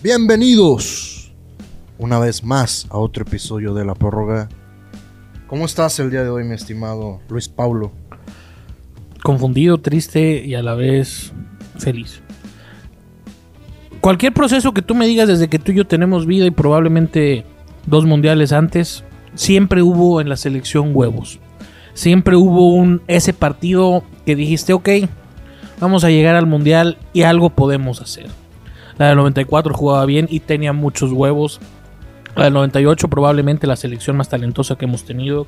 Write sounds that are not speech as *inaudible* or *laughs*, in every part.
Bienvenidos una vez más a otro episodio de La Prórroga. ¿Cómo estás el día de hoy, mi estimado Luis Paulo? Confundido, triste y a la vez feliz. Cualquier proceso que tú me digas desde que tú y yo tenemos vida y probablemente dos mundiales antes, siempre hubo en la selección huevos. Siempre hubo un ese partido que dijiste, ok, vamos a llegar al mundial y algo podemos hacer. La del 94 jugaba bien y tenía muchos huevos. La del 98 probablemente la selección más talentosa que hemos tenido.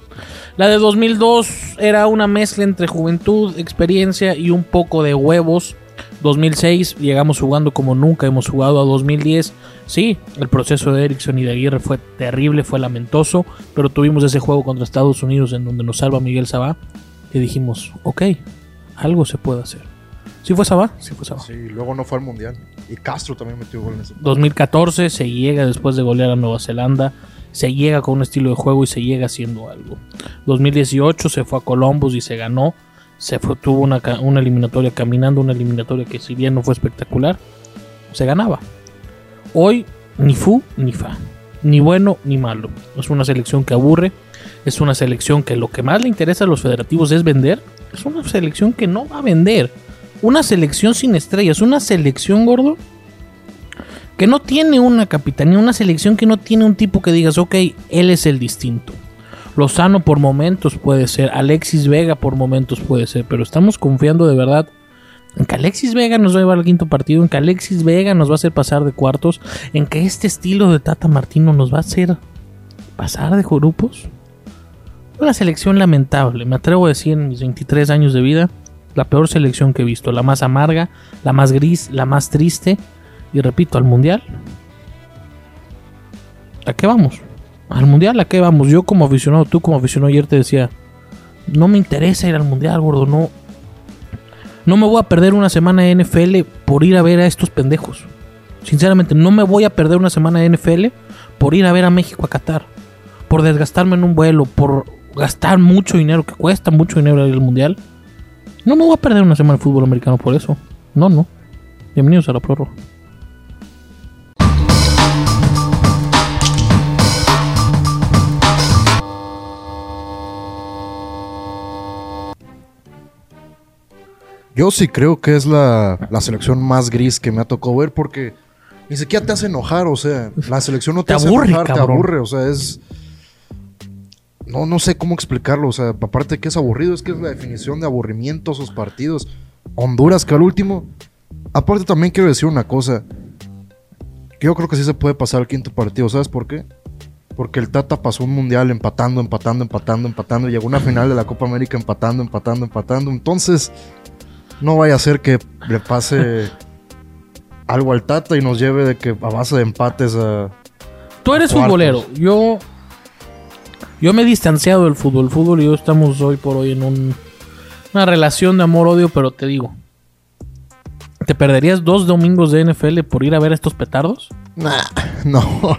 La de 2002 era una mezcla entre juventud, experiencia y un poco de huevos. 2006 llegamos jugando como nunca hemos jugado a 2010. Sí, el proceso de Erickson y de Aguirre fue terrible, fue lamentoso, pero tuvimos ese juego contra Estados Unidos en donde nos salva Miguel Sabá y dijimos, ok, algo se puede hacer. Sí fue Sabá, sí fue Sabá. Sí, luego no fue al Mundial. Y Castro también metió gol en ese. 2014 se llega después de golear a Nueva Zelanda, se llega con un estilo de juego y se llega haciendo algo. 2018 se fue a Columbus y se ganó, se fue, tuvo una, ca- una eliminatoria caminando, una eliminatoria que si bien no fue espectacular, se ganaba. Hoy ni fu ni fa, ni bueno ni malo. Es una selección que aburre, es una selección que lo que más le interesa a los federativos es vender, es una selección que no va a vender. Una selección sin estrellas, una selección gordo que no tiene una capitanía, una selección que no tiene un tipo que digas, ok, él es el distinto. Lozano por momentos puede ser, Alexis Vega por momentos puede ser, pero estamos confiando de verdad en que Alexis Vega nos va a llevar al quinto partido, en que Alexis Vega nos va a hacer pasar de cuartos, en que este estilo de Tata Martino nos va a hacer pasar de grupos. Una selección lamentable, me atrevo a decir en mis 23 años de vida, la peor selección que he visto, la más amarga, la más gris, la más triste, y repito, al mundial. ¿A qué vamos? Al mundial, ¿a qué vamos? Yo como aficionado, tú como aficionado ayer te decía, no me interesa ir al mundial, gordo, no. No me voy a perder una semana de NFL por ir a ver a estos pendejos. Sinceramente, no me voy a perder una semana de NFL por ir a ver a México a Qatar. Por desgastarme en un vuelo, por gastar mucho dinero, que cuesta mucho dinero ir al mundial. No me voy a perder una semana de fútbol americano por eso. No, no. Bienvenidos a la prórroga. Yo sí creo que es la, la selección más gris que me ha tocado ver porque ni siquiera te hace enojar, o sea, la selección no te, Te hace aburre, enojar, te cabrón. aburre, o sea, es... No, no sé cómo explicarlo, o sea, aparte que es aburrido, es que es la definición de aburrimiento esos partidos. Honduras, que al último... Aparte también quiero decir una cosa, que yo creo que sí se puede pasar al quinto partido, ¿sabes por qué? Porque el Tata pasó un mundial empatando, empatando, empatando, empatando, y llegó a una final de la Copa América empatando, empatando, empatando, entonces... No vaya a ser que le pase *laughs* algo al Tata y nos lleve de que a base de empates a... *laughs* Tú eres Cuartos. futbolero. Yo. Yo me he distanciado del fútbol. El fútbol y yo estamos hoy por hoy en un- una relación de amor-odio, pero te digo. ¿Te perderías dos domingos de NFL por ir a ver a estos petardos? Nah, no.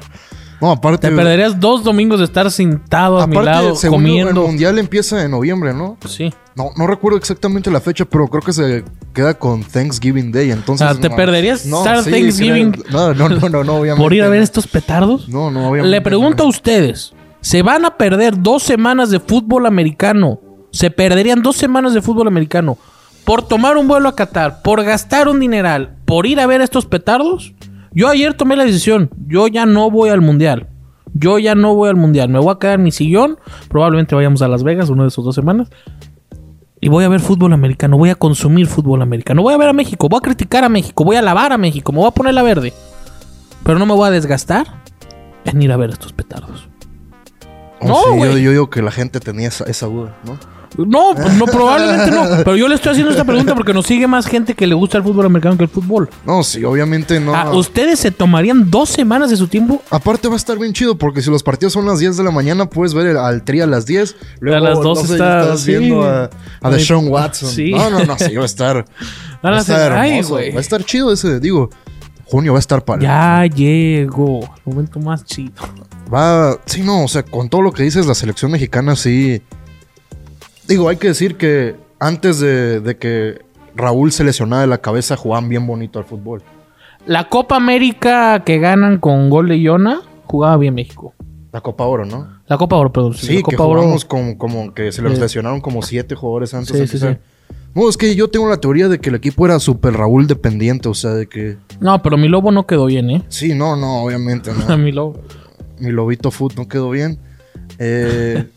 No, aparte... ¿Te perderías dos domingos de estar sentado a mi Mm. aparte, lado según yo, comiendo? el Mundial empieza en noviembre, ¿no? Sí. No, no recuerdo exactamente la fecha, pero creo que se queda con Thanksgiving Day, entonces... Ah, ¿te no. perderías estar sí, Thanksgiving? creo- No, no, no, *laughs* no, no, obviamente. ¿Por ir a ver no. estos petardos? No, no, obviamente. Le pregunto a no. ustedes, ¿se van a perder dos semanas de fútbol americano? Se perderían dos semanas de fútbol americano por tomar un vuelo a Qatar, por gastar un dineral, por ir a ver estos petardos. Yo ayer tomé la decisión, yo ya no voy al mundial. Yo ya no voy al mundial, me voy a quedar en mi sillón, probablemente vayamos a Las Vegas una de esas dos semanas. Y voy a ver fútbol americano, voy a consumir fútbol americano, voy a ver a México, voy a criticar a México, voy a alabar a México, me voy a poner la verde. Pero no me voy a desgastar en ir a ver estos petardos. Oh, No, sí, yo, güey. yo digo que la gente tenía esa, esa duda, ¿no? No, pues no, probablemente no. Pero yo le estoy haciendo esta pregunta porque nos sigue más gente que le gusta el fútbol americano que el fútbol. No, sí, obviamente no. Ah, ¿Ustedes se tomarían dos semanas de su tiempo? Aparte va a estar bien chido porque si los partidos son las 10 de la mañana puedes ver el, al tri a las 10. Luego las 12 ya está- estás sí. viendo a, a Ay, Deshaun Watson. sí. No, no, no, sí, va a *laughs* estar. No va a las- estar ay, hermoso. pues, güey. Va a estar chido ese, digo. Junio va a estar para. Ya llegó el momento más chido. Va. Sí, no, o sea, con todo lo que dices, la selección mexicana sí. Digo, hay que decir que antes de, de que Raúl se lesionara de la cabeza, jugaban bien bonito al fútbol. La Copa América que ganan con gol de Iona, jugaba bien México. La Copa Oro, ¿no? La Copa Oro, perdón. Sí, la que Copa Oro. jugamos con- como que se le Sí. lesionaron como siete jugadores antes Sí, de sí, empezar. No, es que yo tengo la teoría de que el equipo era super Raúl dependiente, o sea, de que... No, pero mi lobo no quedó bien, ¿eh? Sí, no, no, obviamente no. *laughs* A mi lobo. mi lobito food no quedó bien. Eh,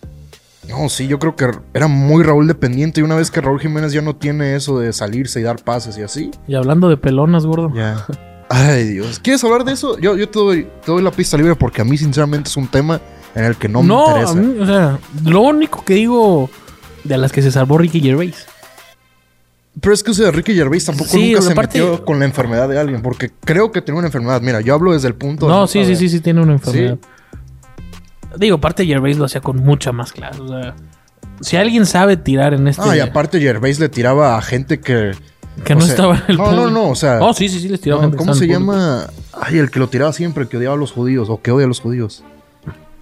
no, sí, yo creo que era muy Raúl dependiente. Y una vez que Raúl Jiménez ya no tiene eso de salirse y dar pases y así. Y hablando de pelonas, gordo. *laughs* Ya. Ay, Dios. ¿Quieres hablar de eso? Yo, yo te, doy, te doy la pista libre porque a mí, sinceramente, es un tema en el que no, me No, a interesa. mí, o sea, lo único que digo de las que se salvó Ricky Gervais. Pero es que ese de Ricky Gervais tampoco nunca Sí, pero se aparte- metió con la enfermedad de alguien. Porque creo que tenía una enfermedad. Mira, yo hablo desde el punto No, de sí, sí, sí, sí, tiene una enfermedad. Digo, aparte Gervais lo hacía con mucha más clase. O sea, si alguien sabe tirar en este. Ah, y aparte Gervais le tiraba a gente que... que o no sea, estaba en el no, no, no, o sea- Oh, sí, sí, sí, les tiraba No, gente que ¿Cómo se estaba en el llama? Ay, el que lo tiraba siempre, el que odiaba a los judíos o que odia a los judíos.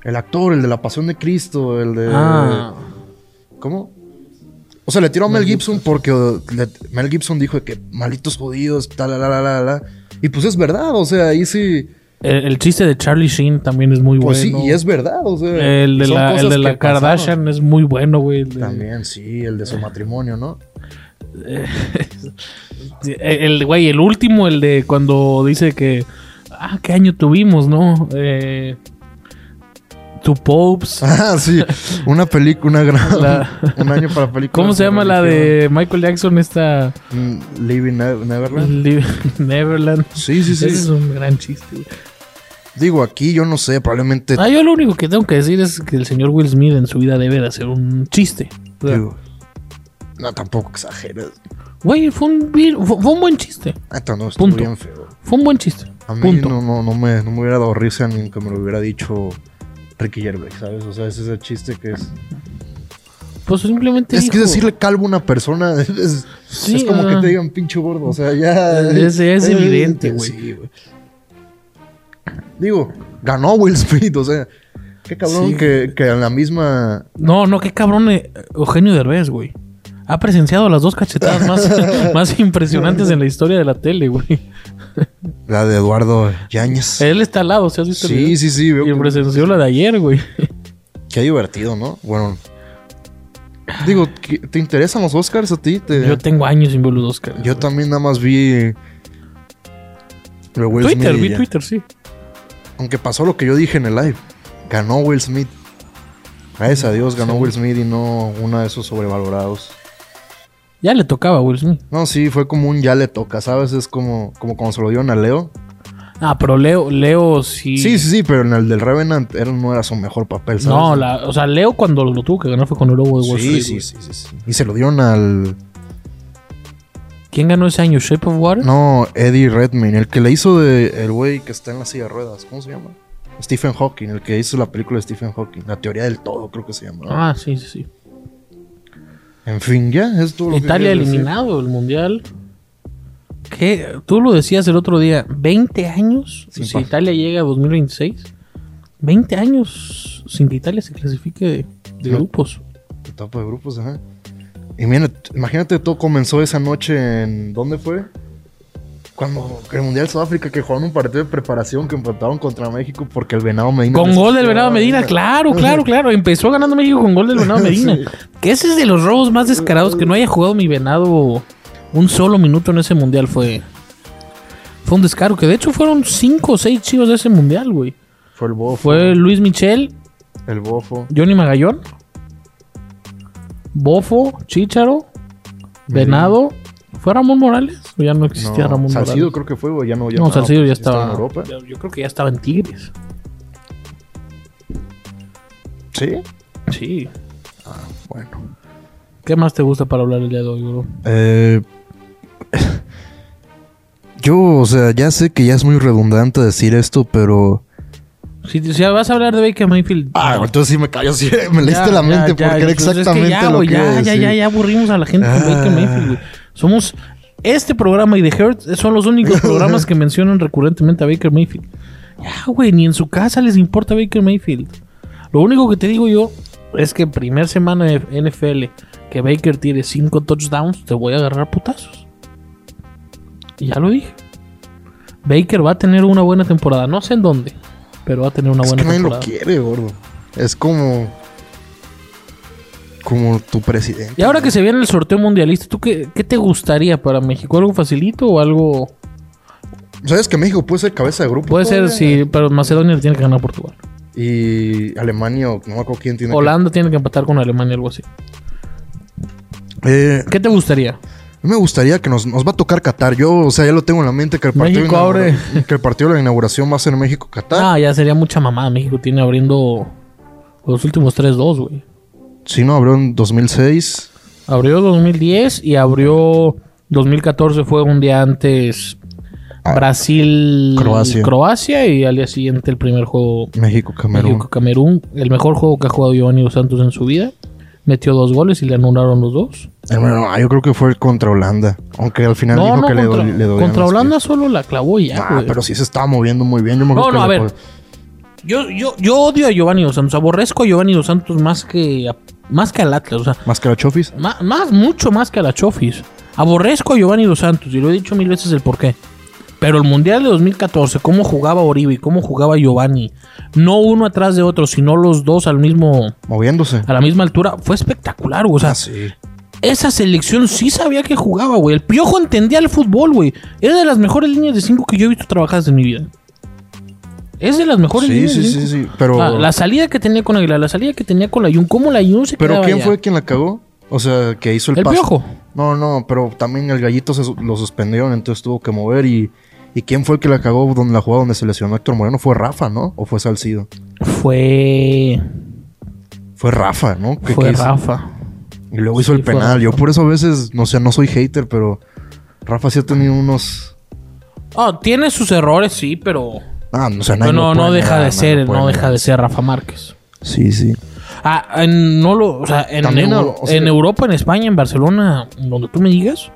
El actor, el de la Pasión de Cristo, el de. público. Ah, ¿Cómo? O sea, le tiró a Mel Gibson porque uh, le- Mel Gibson dijo que malditos judíos, tal, la, la, la, la, la. Y pues es verdad, o sea, ahí sí. el, el chiste de Charlie Sheen también es muy Eh, Pues bueno. sí, y es verdad, o sea. El de son la, el cosas de la que pasaron. Kardashian es muy bueno, güey. El de- También, sí, el de eh. su matrimonio, ¿no? *laughs* El, güey, el último, el de cuando dice que. Ah, qué año tuvimos, ¿no? Eh, tu Popes. Ah, sí. Una película, una gran. La- *laughs* un año para películas. ¿Cómo se llama la religión. de Michael Jackson? Esta. Mm, Living Ne- Neverland? Li- *laughs* Neverland. Sí, sí, sí. Ese es un gran chiste. güey. Digo, aquí yo no sé, probablemente. Ah, yo lo único que tengo que decir es que el señor Will Smith en su vida debe de hacer un chiste. O sea, digo, no, tampoco exageres. Güey, fue un, vir- fue fue un buen chiste. Neta, no, estuvo Punto. bien feo. Fue un buen chiste. A mí Punto. no, no, no, me, no me hubiera dado risa ni que me lo hubiera dicho Ricky Gervais, ¿sabes? O sea, es ese chiste que es. Pues simplemente. Es que dijo- decirle calvo a una persona *laughs* es, es- Sí, es como ah. que te digan pinche gordo. O sea, ya. *laughs* Es- es evidente, güey. sí, Digo, ganó Will Smith, o sea. Qué cabrón Sí. que, que en la misma. No, no, qué cabrón eh, Eugenio Derbez, güey. Ha presenciado las dos cachetadas *laughs* más, más impresionantes en la historia de la tele, güey. La de Eduardo Yáñez. Él está al lado, ¿sí has visto? el Sí, video? sí, sí. veo Y que- presenció la de ayer, güey. Qué divertido, ¿no? Bueno. Digo, ¿qué- ¿te interesan los Oscars a ti? Te- Yo tengo años sin ver los Oscars. yo también nada más vi. lo de Will Twitter, Smith y vi ya. Twitter, sí. Aunque pasó lo que yo dije en el live. Ganó Will Smith. Gracias a Dios ganó Will Smith y no uno de esos sobrevalorados. Ya le tocaba a Will Smith. No, sí, fue como un ya le toca, ¿sabes? Es como, como cuando se lo dieron a Leo. Ah, pero Leo, Leo sí. Sí, sí, sí, pero en el del Revenant era- no era su mejor papel, ¿sabes? No, la, o sea, Leo cuando lo tuvo que ganar fue con el Lobo de Wall Sí, Street. sí, güey. sí, sí, sí. Y se lo dieron al. ¿Quién ganó ese año? ¿Shape of Water? No, Eddie Redmayne, el que le hizo de el güey que está en la silla de ruedas, ¿cómo se llama? Stephen Hawking, el que hizo la película de Stephen Hawking, la teoría del todo, creo que se llama. ¿no? Ah, sí, sí, sí. En fin, ya, es todo lo que Italia quería decir. eliminado del mundial. Que tú lo decías el otro día, 20 años Sin si paz. Italia llega a 2026. 20 años sin que Italia se clasifique de, de No. grupos. Etapa de grupos, ajá. Y mira, t- imagínate, todo comenzó esa noche en. ¿Dónde fue? Cuando el Mundial de Sudáfrica, que jugaron un partido de preparación que empataron contra México porque el Venado Medina. Con les- gol del Venado Medina, claro, claro, claro. Empezó ganando México con *laughs* gol del Venado Medina. Que ese es de los robos más descarados que no haya jugado mi Venado un solo minuto en ese mundial fue. Fue un descaro, que de hecho fueron 5 o 6 chicos de ese mundial, güey. Fue el Bofo. Fue Luis Michel, El Bofo. Johnny Magallón, Bofo, Chícharo, Venado. ¿Fue Ramón Morales? ¿O ya no existía Ramón Salcido Morales? creo que fue, o ya no. Ya no, Salcido ya pues, estaba. en Europa. ya- Yo creo que ya estaba en Tigres. Sí. Sí. Bueno. ¿Qué más te gusta para hablar el día de hoy, bro? Eh, *laughs* yo, o sea, ya sé que ya es muy redundante decir esto, pero. Si, si vas a hablar de Baker Mayfield. Ah, no. entonces sí me cayó, sí, *laughs* me leíste la Ya, ya, mente ya, porque era pues es que exactamente ya, lo güey, que ya, iba a ya, decir. ya, ya aburrimos a la gente con Baker Ah. Mayfield, güey. Somos. Este programa y The Hurt son los *laughs* únicos programas que mencionan recurrentemente a Baker Mayfield. Ya, güey, ni en su casa les importa Baker Mayfield. Lo único que te digo yo es que primer semana de NFL que Baker tiene 5 touchdowns, te voy a agarrar putazos. Y ya lo dije. Baker va a tener una buena temporada. No sé en dónde, pero va a tener una es buena que nadie lo temporada. quiere, gordo. Es como. Como tu presidente. Y ahora que se viene el sorteo mundialista, ¿tú qué, qué te gustaría para México? ¿Algo facilito o algo...? ¿Sabes que México puede ser cabeza de grupo? Puede ser, todavía? sí, pero Macedonia le tiene que ganar a Portugal. Y Alemania, o no me acuerdo quién tiene. que- Holanda tiene que empatar con Alemania, algo así. Eh, ¿Qué te gustaría? a mí me gustaría que nos, nos va a tocar Qatar. Yo, o sea, ya lo tengo en la mente que el partido, México inaugura- abre. que el partido de la inauguración va a ser México-Qatar. Ah, ya sería mucha mamada. México tiene abriendo los últimos 3-2, güey. Si no, abrió en 2006. Abrió 2010 y abrió 2014 fue un día antes Ah, Brasil Croacia. Croacia y al día siguiente el primer juego México-Camerún. México Camerún, el mejor juego que ha jugado Giovanni Dos Santos en su vida. Metió dos goles y le anularon los dos. Hermano, ah, yo creo que fue contra Holanda. Aunque al final dijo No, no, que le contra, doli- le dolían contra los Holanda solo la clavó y pies. ya, Ah, güey. pero sí se estaba moviendo muy bien. Yo me No, acuerdo no, que a le- ver. Yo, yo, yo odio a Giovanni Dos Santos, aborrezco a Giovanni Dos Santos más que, a- más que al Atlas, o sea, Más que la Chofis. Ma- más, mucho más que a la Chofis. Aborrezco a Giovanni Dos Santos y lo he dicho mil veces el por qué. Pero el Mundial de 2014, cómo jugaba Oribe y cómo jugaba Giovanni, no uno atrás de otro, sino los dos al mismo, Moviéndose. a la misma altura, fue espectacular, güey. O sea, Ah, sí. esa selección sí sabía que jugaba, güey. El Piojo entendía el fútbol, güey. Era de las mejores líneas de cinco que yo he visto trabajadas en mi vida. Es de las mejores Sí, líneas de sí, sí, cinco. sí. Pero, Ah, la salida que tenía con Aguilar, la salida que tenía con la Jun, cómo la Jun se pero quedaba ¿quién allá? fue quien la cagó? O sea, que hizo el, El pase. Piojo. No, no, pero también el gallito se su- lo suspendieron, entonces tuvo que mover. Y, ¿Y quién fue el que la cagó donde la jugada donde se lesionó Héctor Moreno? Fue Rafa, ¿no? ¿O fue Salcido? Fue. Fue Rafa, ¿no? Que- Fue que hizo- Rafa. Y luego hizo Sí, el fue penal. Rafa. Yo por eso a veces, no sé, no soy hater, pero Rafa sí ha tenido unos. Ah, tiene sus errores, sí, pero. Ah, no, o sea, nadie Pero no, lo puede no deja negar, de nadie ser, lo no, puede deja negar. de ser Rafa Márquez. Sí, sí. Ah, en- no lo. O sea, en, También en- no, o sea- en Europa, en España, en Barcelona, donde tú me digas,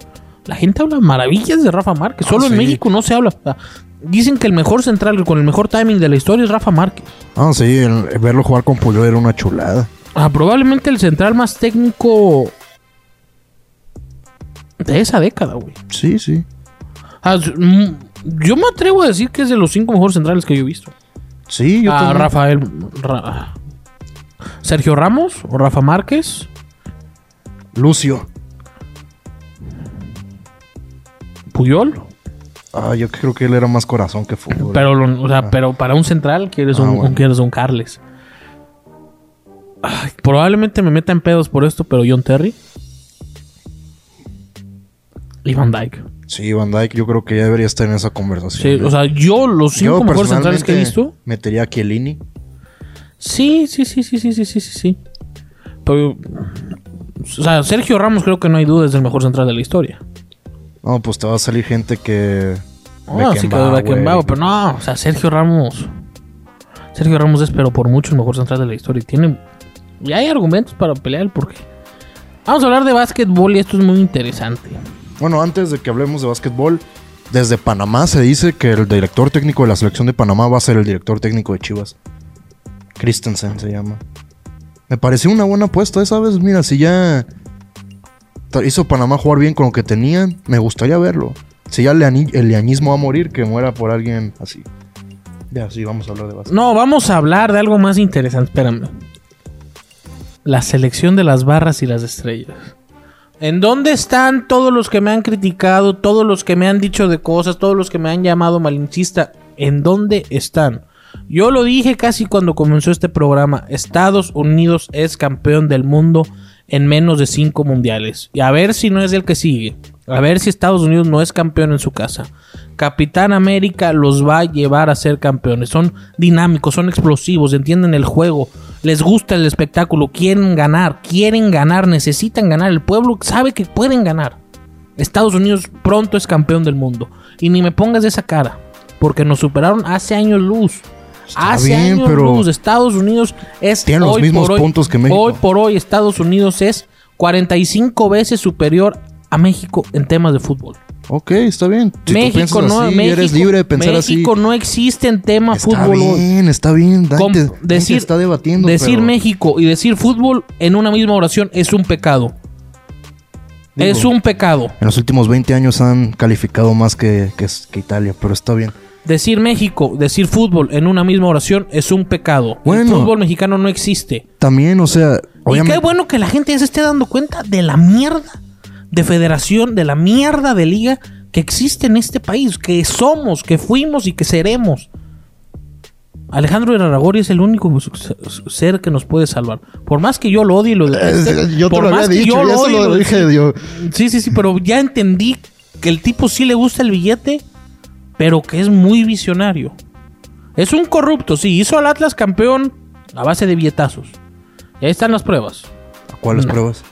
la gente habla maravillas de Rafa Márquez. Ah, Solo sí. en México no se habla. O sea, dicen que el mejor central con el mejor timing de la historia es Rafa Márquez. Ah, sí, el- el verlo jugar con Puyol era una chulada. Ah, probablemente el central más técnico. De esa década, güey. Sí, sí. Ah, s- mm, yo me atrevo a decir que es de los cinco mejores centrales que yo he visto. Sí, yo Ah, también. Rafael. Ra- Sergio Ramos o Rafa Márquez. Lucio. Puyol. Ah, yo creo que él era más corazón que fútbol. Pero, lo- o sea, pero para un central quieres, Ah, un, bueno. quieres un Carles. Ay, probablemente me meta en pedos por esto, pero John Terry. Y Van Dyke. Sí, Van Dyke, yo creo que ya debería estar en esa conversación. ¿eh? Sí, o sea, yo los Yo cinco mejores centrales que he personalmente visto. Metería a Chiellini. Sí, sí, sí, sí, sí, sí, sí, sí, sí. Pero, o sea, Sergio Ramos creo que no hay duda es el mejor central de la historia. No, pues te va a salir gente que. Ah, sí quedó Beckenbauer. Beckenbauer, pero no, o sea, Sergio Ramos. Sergio Ramos es, pero por mucho, el mejor central de la historia. Y tiene. Y hay argumentos para pelear el porqué. Vamos a hablar de básquetbol y esto es muy interesante. Bueno, antes de que hablemos de básquetbol, desde Panamá se dice que el director técnico de la selección de Panamá va a ser el director técnico de Chivas. Christensen se llama. Me pareció una buena apuesta, esa vez, Mira, si ya ta- hizo Panamá jugar bien con lo que tenían, me gustaría verlo. Si ya el leani- el leañismo va a morir, que muera por alguien así. Ya, sí, vamos a hablar de básquet. No, vamos a hablar de algo más interesante. Espérame. La selección de las barras y las estrellas. ¿En dónde están todos los que me han criticado, todos los que me han dicho de cosas, todos los que me han llamado malinchista? ¿En dónde están? Yo lo dije casi cuando comenzó este programa. Estados Unidos es campeón del mundo en menos de cinco mundiales. Y a ver si no es el que sigue. A ver si Estados Unidos no es campeón en su casa. Capitán América los va a llevar a ser campeones. Son dinámicos, son explosivos, entienden el juego, les gusta el espectáculo, quieren ganar, quieren ganar, necesitan ganar. El pueblo sabe que pueden ganar. Estados Unidos pronto es campeón del mundo. Y ni me pongas esa cara, porque nos superaron hace años luz. Está hace bien, años pero- luz. Estados Unidos es Tienen los hoy mismos por hoy- puntos que México. Hoy por hoy Estados Unidos es 45 veces superior a México en temas de fútbol. Ok, está bien. Si tú México piensas no, así, México, eres libre de pensar México así. no existe en tema Está fútbol. güey. bien, está bien. Com- Dante, Dante decir está debatiendo. decir pero- México y decir fútbol en una misma oración es un pecado. Digo, es un pecado. En los últimos 20 años han calificado más que, que- que Italia, pero está bien. Decir México, decir fútbol en una misma oración es un pecado. El Bueno. fútbol mexicano no existe. También, o sea, Y qué bueno que la gente ya se esté dando cuenta de la mierda de federación, de la mierda de liga que existe en este país, que somos, que fuimos y que seremos. Alejandro Iraragorri es el único ser que nos puede salvar. Por más que yo lo odie y lo deteste, yo te por lo más había que dicho, ya yo lo se odie y lo lo dije yo. Sí, sí, sí, pero ya entendí que el tipo sí le gusta el billete, pero que es muy visionario. Es un corrupto, sí, hizo al Atlas campeón a base de billetazos. Y ahí están las pruebas. ¿Cuáles No. pruebas?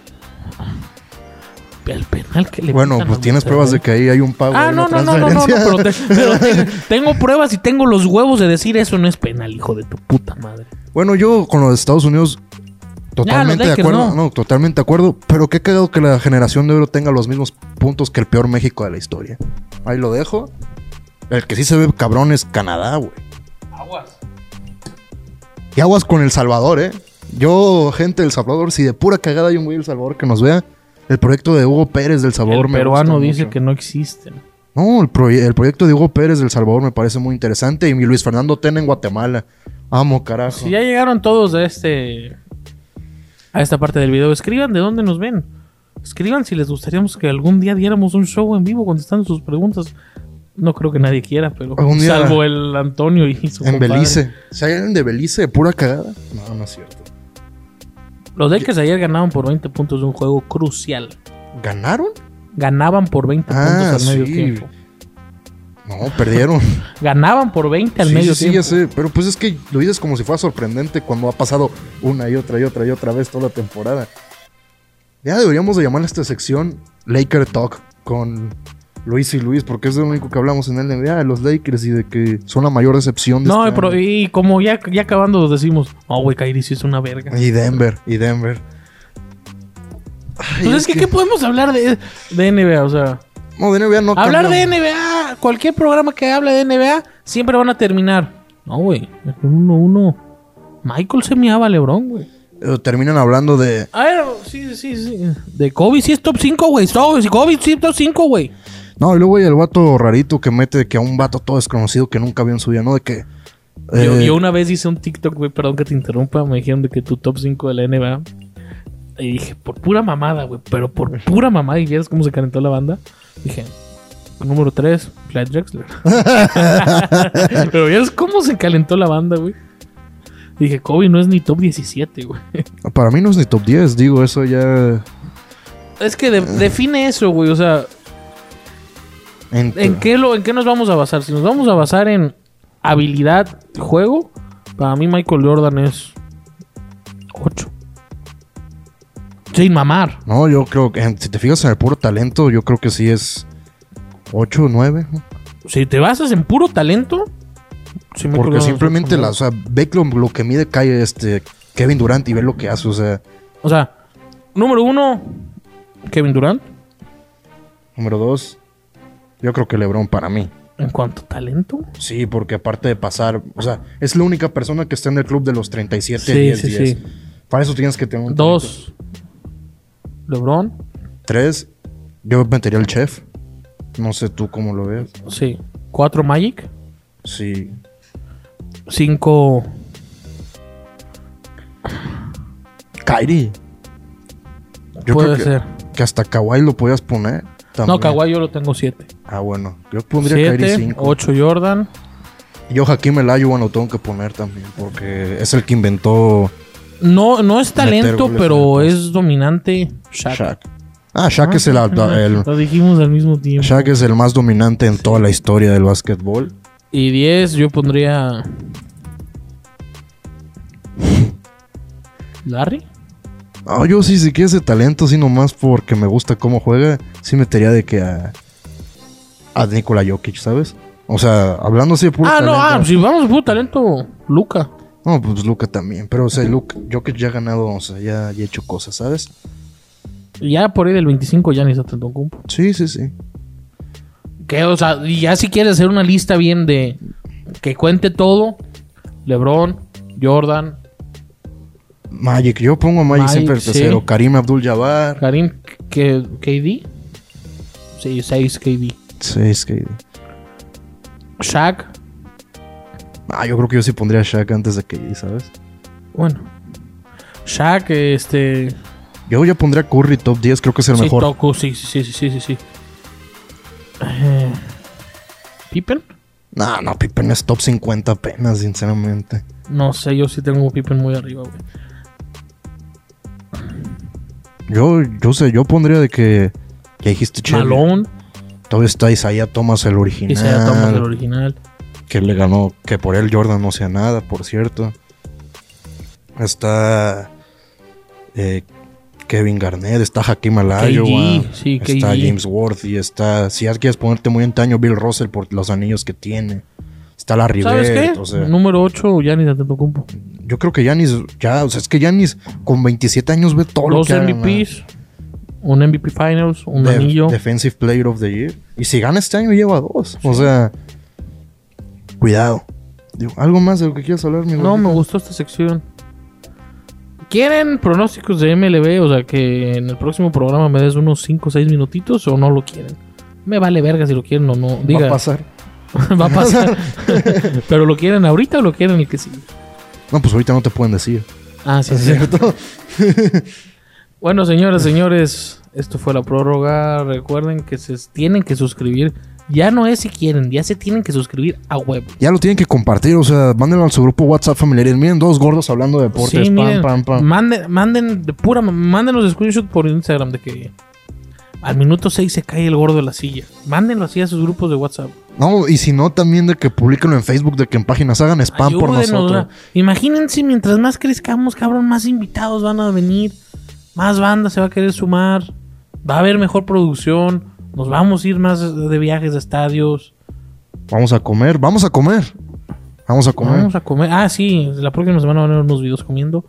El penal que le Bueno, pitan a pues tienes Monterrey. pruebas de que ahí hay un pago. Ah, hay no, una no, no, no, no, no, transferencia. pero, te- *laughs* pero te- tengo pruebas y tengo los huevos de decir eso no es penal, hijo de tu puta madre. Bueno, yo con los de Estados Unidos totalmente los de Lakers, acuerdo. no. No. totalmente de acuerdo. Pero qué cagado que la generación de oro tenga los mismos puntos que el peor México de la historia. Ahí lo dejo. El que sí se ve cabrón es Canadá, güey. Aguas. Y aguas con El Salvador, eh. Yo, gente del Salvador, si de pura cagada hay un güey del Salvador que nos vea, el proyecto de Hugo Pérez del Salvador El me peruano gusta dice mucho. que no existen. No, el, proye- el proyecto de Hugo Pérez del Salvador me parece muy interesante. Y mi Luis Fernando Tena en Guatemala. Amo, carajo. Si ya llegaron todos a este. a esta parte del video, escriban de dónde nos ven. Escriban si les gustaríamos que algún día diéramos un show en vivo contestando sus preguntas. No creo que nadie quiera, pero. Algún día- salvo el Antonio y su en compadre. Belice. Si hay alguien de Belice de pura cagada. No, no es cierto. Los Lakers ayer ganaban por 20 puntos de un juego crucial. ¿Ganaron? Ganaban por 20 Ah, puntos al medio sí. tiempo. No, *laughs* perdieron. Ganaban por 20 al sí, medio sí, tiempo. ya sé. Pero pues es que lo dices como si fuera sorprendente cuando ha pasado una y otra y otra y otra vez toda la temporada. Ya deberíamos de llamar a esta sección Laker Talk con Luis y Luis, porque es lo único que hablamos en el NBA de "Ah, los Lakers y de que son la mayor decepción de No, este pero año. y como ya, ya acabando los decimos, oh, güey, Kairi sí es una verga. Y Denver, y Denver. Ay, Entonces, es Pues ¿qué, que- ¿qué podemos hablar de, de NBA? O sea, No, de NBA no Hablar de cambiamos. NBA, cualquier programa que hable de NBA, siempre van a terminar. No, güey. el 1-1. Michael se meaba a LeBron, güey. Eh, Terminan hablando de... A ver, sí, sí, sí. De Kobe sí es top 5, güey. So- Kobe sí es top 5, güey. No, y luego hay el vato rarito que mete que a un vato todo desconocido que nunca vio en su vida, ¿no? De que... Yo, eh, yo una vez hice un TikTok, güey, perdón que te interrumpa. Me dijeron de que tu top 5 de la NBA. Y dije, por pura mamada, güey. Pero por pura mamada. Y vieras cómo se calentó la banda. Dije, número 3, Flat Drexler. *laughs* pero vieras cómo se calentó la banda, güey. Dije, Kobe no es ni top 17, güey. Para mí no es ni top 10, digo, eso ya. Es que de- define eso, güey. O sea, ¿en qué, lo, ¿en qué nos vamos a basar? Si nos vamos a basar en habilidad, juego, para mí Michael Jordan es 8. Sin mamar. No, yo creo que en- si te fijas en el puro talento, yo creo que sí es 8 o 9. ¿no? Si te basas en puro talento, sí, Michael Jordan Porque es simplemente ocho, la, o sea, ve lo, lo que mide cae este Kevin Durant y ve lo que hace. O sea, O sea, número uno, Kevin Durant. número 2, yo creo que LeBron para mí. En cuanto a talento. Sí, porque aparte de pasar, o sea, es la única persona que está en el club de los 37, Sí, 10, sí, 10. sí. Para eso tienes que tener un. Dos, LeBron. 3, yo metería al chef. No sé tú cómo lo ves. Sí. Cuatro, Magic. Sí. 5. Kyrie. Yo Puede creo que, ser. que hasta Kawhi lo podías poner. también. No, Kawhi yo lo tengo 7. Ah, bueno. Yo pondría Kyrie 7, 5. 8 Jordan. Yo Hakim Elayo, bueno, lo tengo que poner también. Porque es el que inventó No, no es talento, goles pero en el es dominante Shaq. Shaq. Ah, Shaq es el, el- Lo dijimos al mismo tiempo. Shaq es el más dominante en toda la historia del básquetbol. Y 10 yo pondría... ¿Larry? Ah, yo sí, si quieres de talento, sí nomás porque me gusta cómo juega, sí metería de que a, a Nikola Jokic, ¿sabes? O sea, hablando así de puro ah, no, ah, talento. si vamos por talento, Luca. No, pues Luca también. Pero, o sea, Luca, Jokic ya ha ganado, o sea, ya, ya ha hecho cosas, ¿sabes? Y Ya por ahí del 25 ya ni Antetokounmpo. Sí, sí, sí. Que, o sea, y ya si quieres hacer una lista bien de... Que cuente todo. LeBron, Jordan, Magic, yo pongo a Magic, Magic, siempre el sí. tercero. Karim Abdul Jabbar. Karim, que KD. Sí, 6 KD. Sí, es que. Shaq, Ah, yo creo que yo sí pondría Shaq antes de KD, ¿sabes? bueno. Shaq, este. Yo ya pondría Curry top 10, creo que es el sí, mejor. Toku, sí, sí, sí, sí, sí, sí, sí. Eh, ¿Pippen? No, no, Pippen es top 50 apenas, sinceramente. No sé, yo sí tengo Pippen muy arriba, güey. Yo, yo sé, yo pondría de que. Ya dijiste, che. Malone, Todavía está Isaiah Thomas, el original. Isaiah Thomas, el original. Que le ganó, que por él Jordan no sea nada, por cierto. Está. eh, Kevin Garnett, está Hakim Olajuwon, KG, sí, está KG. James Worthy, está. Si ya quieres ponerte muy antaño, Bill Russell por los anillos que tiene. Está la ¿Sabes Rivera. qué? Número 8, Giannis Antetokounmpo. Yo creo que Yanis, ya, o sea, es que Yanis con 27 años ve todo lo Dos que haga, MVPs, un MVP Finals, un man. De- anillo. Defensive Player of the Year. Y si gana este año, lleva dos. O sea, cuidado. Digo, ¿Algo más de lo que quieras hablar, mi No, gordito? me gustó esta sección. ¿Quieren pronósticos de MLB? O sea, que en el próximo programa me des unos 5 o 6 minutitos o no lo quieren. Me vale verga si lo quieren o no. Diga, Va a pasar. *laughs* *laughs* va a pasar. Pero lo quieren ahorita o lo quieren el que sigue. No, pues ahorita no te pueden decir. Ah, sí, ¿Es sí. cierto? Bueno, señoras, señores, esto fue la prórroga. Recuerden que se tienen que suscribir. Ya no es si quieren, ya se tienen que suscribir a huevo. *laughs* Ya lo tienen que compartir, o sea, mándenlo a su grupo WhatsApp familiar. Y Miren, dos gordos hablando de deportes. Sí, pam, miren, pam, pam. Manden, manden de pura, manden los screenshots por Instagram de que al minuto 6 se cae el gordo de la silla. Mándenlo así a sus grupos de WhatsApp. No, y si no, también de que publiquenlo en Facebook, de que en páginas hagan spam por Ayúdenos, nosotros. ¿verdad? Imagínense, mientras más crezcamos, cabrón, más invitados van a venir, más banda se va a querer sumar, va a haber mejor producción, nos vamos a ir más de viajes a estadios, Vamos a comer, vamos a comer. Vamos a comer. vamos a comer. Ah, sí, la próxima semana van a haber unos videos comiendo.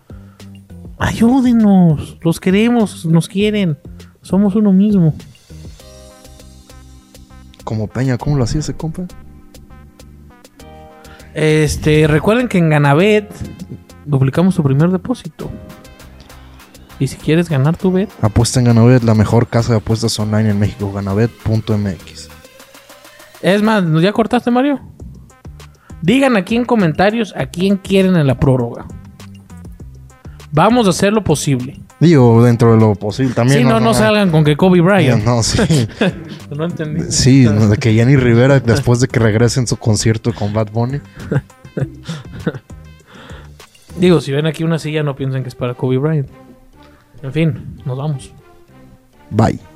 Ayúdenos, los queremos, nos quieren, somos uno mismo. Como Peña, ¿cómo lo hacía ese compa? Este, recuerden que en Ganabet duplicamos tu primer depósito. Y si quieres ganar tu bet, Apuesta en Ganabet, la mejor casa de apuestas online en México, ganabet.mx. es más, ¿ya cortaste, Mario? Digan aquí en comentarios a quién quieren en la prórroga. Vamos a hacer lo posible. Digo, dentro de lo posible también. Eh, si no, no, salgan con que Kobe Bryant. No, sí. *laughs* No entendí. Sí, no, de que Jenny Rivera, después de que regrese en su concierto con Bad Bunny. Digo, si ven aquí una silla, no piensen que es para Kobe Bryant. En fin, nos vamos. Bye.